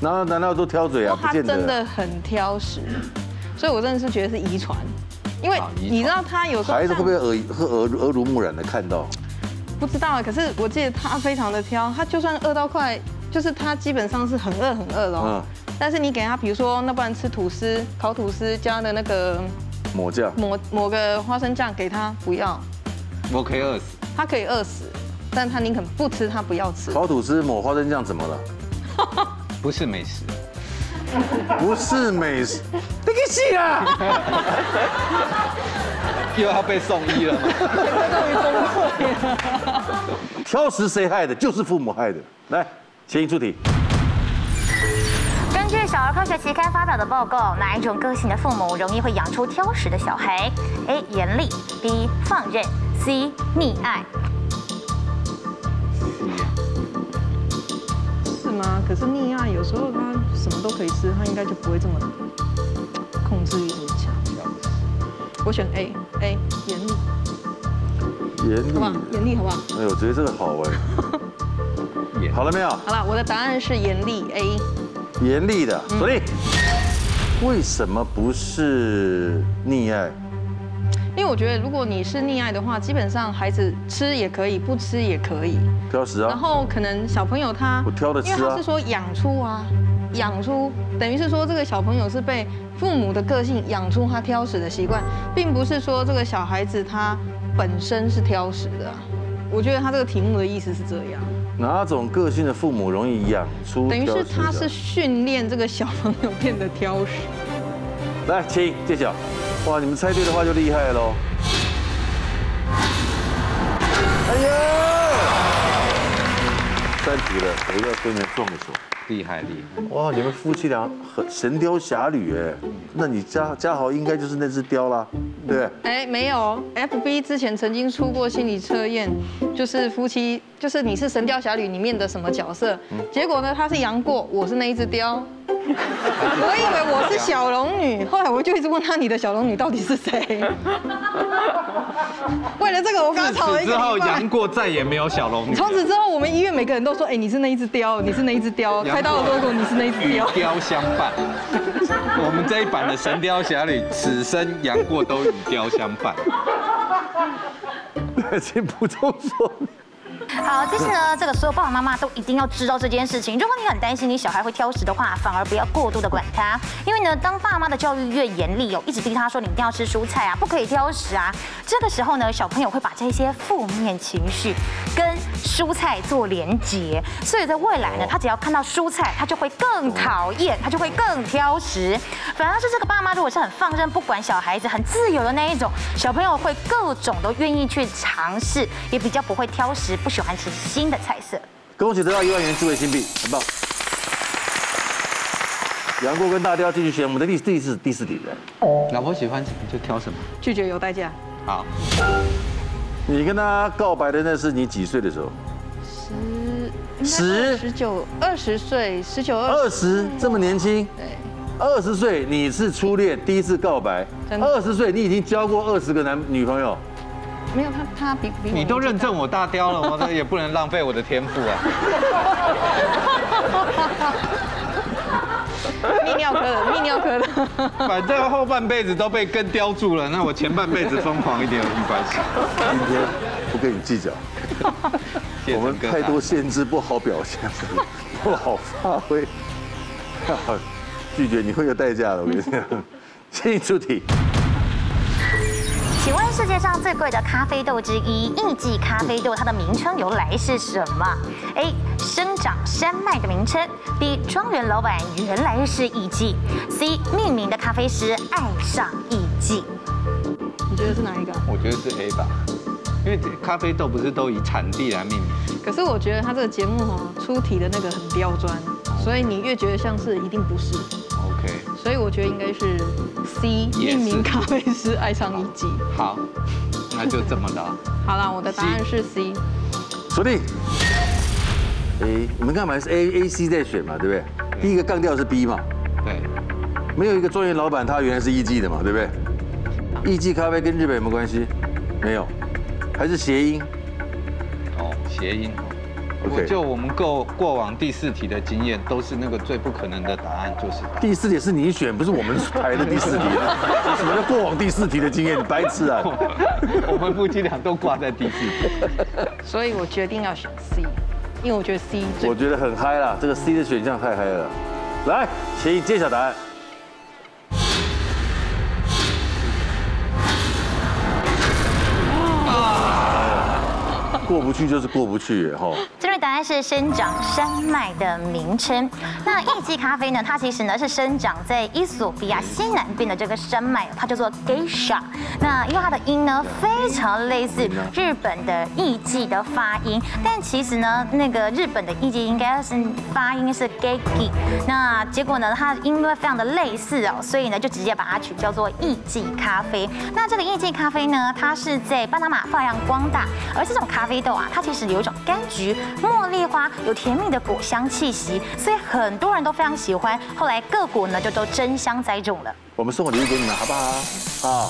Speaker 1: 难道难道都挑嘴
Speaker 2: 不
Speaker 1: 啊？
Speaker 2: 过
Speaker 1: 不
Speaker 2: 哦他
Speaker 1: 见
Speaker 2: 真
Speaker 1: 得。
Speaker 2: 的很挑食，所以我真的是觉得是遗传，因为
Speaker 8: 啊遗传
Speaker 2: 你知道他有时候
Speaker 1: 孩子会
Speaker 2: 像
Speaker 1: 不会耳会耳耳濡目染的看到？
Speaker 2: 不知道啊，可是我记得他非常的挑，他就算饿到快，就是他基本上是很饿很饿的哦。但是你给他，比如说，那不然吃吐司，烤吐司加的那个
Speaker 1: 抹酱，
Speaker 2: 抹抹个花生酱给他，不要，
Speaker 8: 我可以饿死，
Speaker 2: 他可以饿死，但他宁肯不吃，他不要吃。
Speaker 1: 烤吐司抹花生酱怎么了？
Speaker 8: 不是美食。
Speaker 1: 不是美食，那个戏啊！
Speaker 8: 又要被送医了吗？
Speaker 1: 挑食谁害的？就是父母害的。来，请出题。
Speaker 3: 根据《小儿科学期刊》发表的报告，哪一种个性的父母容易会养出挑食的小孩？A. 严厉，B. 放任，C. 溺爱。
Speaker 2: 是吗？可是溺爱有时候他什么都可以吃，他应该就不会这么控制欲这么强。我选 A，A 严厉，
Speaker 1: 严
Speaker 2: 好不好
Speaker 1: 厉，？
Speaker 2: 严厉好不好？
Speaker 1: 哎呦，觉得这个好哎。
Speaker 8: 也
Speaker 1: 好了没有？
Speaker 2: 好了，我的答案是严厉 A。
Speaker 1: 严厉的，锁定。为什么不是溺爱？
Speaker 2: 因为我觉得如果你是溺爱的话，基本上孩子吃也可以，不吃也可以。
Speaker 1: 挑食
Speaker 2: 然
Speaker 1: 啊？
Speaker 2: 后可能小朋友他，
Speaker 1: 我挑着吃啊
Speaker 2: 因为他是说养出啊，养出，等于是说这个小朋友是被父母的个性养出他挑食的习惯，并不是说这个小孩子他本身是挑食的啊、我觉得他这个题目的意思是这样，
Speaker 1: 哪种个性的父母容易养出？
Speaker 2: 等于是他
Speaker 1: 挑食
Speaker 2: 是
Speaker 1: 的
Speaker 2: 训练这个小朋友变得挑食。
Speaker 1: 来，请揭晓。哇，你们猜对的话就厉害哦喽。哎呀，三题了，我一定要跟人撞手。
Speaker 8: [LAUGHS] 厉害厉害。
Speaker 1: 哇，你们夫妻俩很《神雕侠侣》哎，那你嘉嘉豪应该就是那只雕啦，对不对？
Speaker 2: 哎，没有，FB 之前曾经出过心理测验，就是夫妻，就是你是《神雕侠侣》里面的什么角色？
Speaker 8: 嗯
Speaker 2: 结果呢，他是杨过，我是那一只雕。 [LAUGHS] 我以为我是小龙女，后来我就一直问他，你的小龙女到底是谁？ [LAUGHS] 为了这个，我跟他
Speaker 8: 自
Speaker 2: 吵了
Speaker 8: 此
Speaker 2: 一
Speaker 8: 之
Speaker 2: 个
Speaker 8: 后，
Speaker 2: 礼拜
Speaker 8: 杨。过再也没有小龙女。
Speaker 2: 从此之后，我们医院每个人都说，哎，你是那一只雕，你是那一只雕，
Speaker 8: 杨过
Speaker 2: 开刀的时候你哦是那一只
Speaker 8: 与
Speaker 2: 雕。
Speaker 8: 雕相伴。 [LAUGHS] 我们这一版的《神雕侠侣》，此生杨过都与雕相伴。
Speaker 1: 请补充说明。
Speaker 3: 好，其实呢，这个所有爸爸妈妈都一定要知道这件事情。如果你很担心你小孩会挑食的话，反而不要过度的管他，因为呢，当爸妈的教育越严厉哦，一直逼他说你一定要吃蔬菜啊，不可以挑食啊，这个时候呢，小朋友会把这些负面情绪跟蔬菜做连结，所以在未来呢，他只要看到蔬菜，他就会更讨厌，他就会更挑食。反而是这个爸妈如果是很放任不管小孩子、很自由的那一种，小朋友会各种都愿意去尝试，也比较不会挑食，不喜欢吃新的菜色。
Speaker 1: 恭喜得到一万元智慧新币，很棒。杨过跟大雕继续选我们的第第四第四题的，
Speaker 8: 老婆喜欢什么就挑什么。
Speaker 2: 拒绝有代价，
Speaker 8: 好，
Speaker 1: 你跟他告白的那是你几岁的时候？十
Speaker 2: 十九二十岁，十九二
Speaker 1: 二十这么年轻，二十岁你是初恋，第一次告白，
Speaker 2: 真的
Speaker 1: 二十岁你已经交过二十个男女朋友，
Speaker 2: 没有他他比比我
Speaker 8: 你都
Speaker 2: 年纪
Speaker 8: 认证我大雕了，我这也不能浪费我的天赋啊。
Speaker 2: 泌尿科的泌尿科的。
Speaker 8: [LAUGHS] 反正后半辈子都被根雕住了，那我前半辈子疯狂一点有没关系。
Speaker 1: 今天不跟你计较，我们太多限制不好表现， [LAUGHS] 不好发挥，好拒绝你会有代价的，我跟你
Speaker 2: [LAUGHS]
Speaker 1: 讲。进出题，
Speaker 3: 请问世界上最贵的咖啡豆之一——艺妓咖啡豆，它的名称由来是什么？A. 生长山脉的名称。B. 庄园老板原来是艺妓。C. 命名的咖啡师爱上艺妓。
Speaker 2: 你觉得是哪一个啊？
Speaker 8: 我觉得是 A 吧，因为咖啡豆不是都以产地来命名？
Speaker 2: [LAUGHS] 可是我觉得他这个节目哦，出题的那个很刁钻，所以你越觉得像是，一定不是。
Speaker 8: OK，
Speaker 2: 所以我觉得应该是 C，
Speaker 8: 也是
Speaker 2: 命名咖啡师爱上一季。
Speaker 8: 好，那就这么了。
Speaker 2: [LAUGHS] 好啦，我的答案是 C。
Speaker 1: 锁定。A，你们刚才是 A A C 在选嘛，对不对？第一个杠掉是 B 嘛，
Speaker 8: 对，
Speaker 1: 没有一个庄园老板他原来是艺妓的嘛，对不对？艺妓咖啡跟日本有没有关系？没有，还是谐音。
Speaker 8: 哦，谐音。如
Speaker 1: OK
Speaker 8: 果就我们过过往第四题的经验，都是那个最不可能的答案，就是
Speaker 1: [LAUGHS] 第四题是你选，不是我们排的第四题。啊什么叫过往第四题的经验？你白痴啊！
Speaker 8: 我们夫妻俩都挂在第四题。
Speaker 2: 所以我决定要选 C，因为我觉得 C 最
Speaker 1: 我。觉得很嗨啦，这个 C 的选项太嗨了。来，请揭晓答案。过不去就是过不去哈。吼
Speaker 3: 这位答案是生长山脉的名称。那艺妓咖啡呢？它其实呢是生长在伊索比亚西南边的这个山脉，它叫做 Geisha。那因为它的音呢非常类似日本的艺妓的发音，但其实呢那个日本的艺妓应该是发音是 Geki。那结果呢，它因为非常的类似哦，所以呢就直接把它取叫做艺妓咖啡。那这个艺妓咖啡呢，它是在巴拿马发扬光大，而这种咖啡豆啊，它其实有一种柑橘、茉莉花，有甜蜜的果香气息，所以很多人都非常喜欢。后来各国呢就都争相栽种了。
Speaker 1: 我们送个礼物给你们，好不好？啊，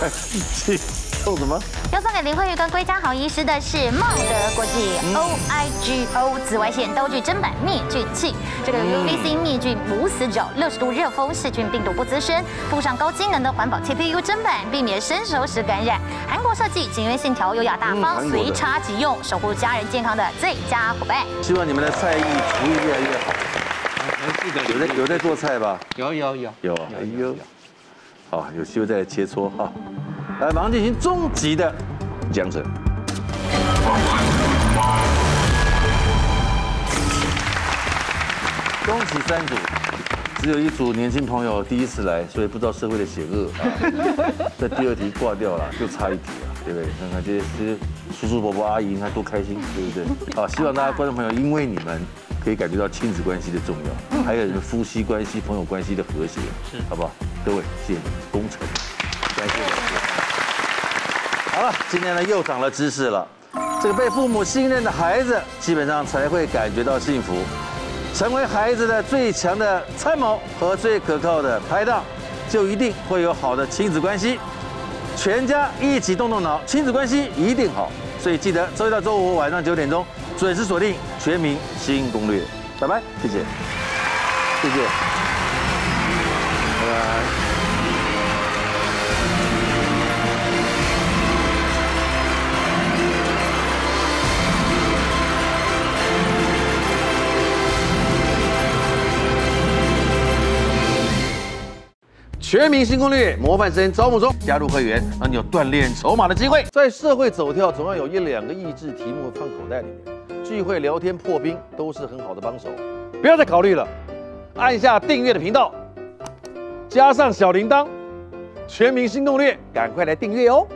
Speaker 1: 来，请 [LAUGHS] 送什么？
Speaker 3: 要送给林慧玉跟归家好医师的是茂德国际
Speaker 1: 嗯
Speaker 3: O I G O 紫外线刀具砧板灭菌器，这
Speaker 1: 嗯
Speaker 3: 个有 UVC 灭菌无死角，六十度热风噬菌病毒不滋生，附上高机能的环保 TPU 砧板，避免生熟时感染。韩国设计，简约线条，优雅大
Speaker 1: 嗯
Speaker 3: 方，
Speaker 1: 韩国的
Speaker 3: 随插即用，守护家人健康的最佳伙伴。
Speaker 1: 希望你们的菜艺厨艺越来越好。
Speaker 8: 记得
Speaker 1: 有在有在做菜吧？
Speaker 8: 有有有
Speaker 1: 有啊，哎呦，好，有机会再来切磋哈。来，马上进行终极的奖惩。恭喜三组，只有一组年轻朋友第一次来，所以不知道社会的险恶啊。 [LAUGHS] 在第二题挂掉了，就差一题了，对不对？看看这些这些叔叔伯伯阿姨，你看多开心，对不对？啊，希望大家观众朋友因为你们可以感觉到亲子关系的重要，还有你们夫妻关系、朋友关系的和谐，
Speaker 4: 是
Speaker 1: 好不好？各位，谢谢你们，功成，感谢感谢。好了，今天呢又长了知识了。这个被父母信任的孩子，基本上才会感觉到幸福。成为孩子的最强的参谋和最可靠的拍档，就一定会有好的亲子关系。全家一起动动脑，亲子关系一定好。所以记得周一到周五晚上九点钟准时锁定《全民新攻略》，拜拜，谢谢，谢谢，拜拜。全民新攻略模范生招募中，加入会员让你有锻炼筹码的机会。在社会走跳，总要有一两个益智题目放口袋里面，聚会聊天破冰都是很好的帮手。不要再考虑了，按下订阅的频道，加上小铃铛，全民新攻略，赶快来订阅哦。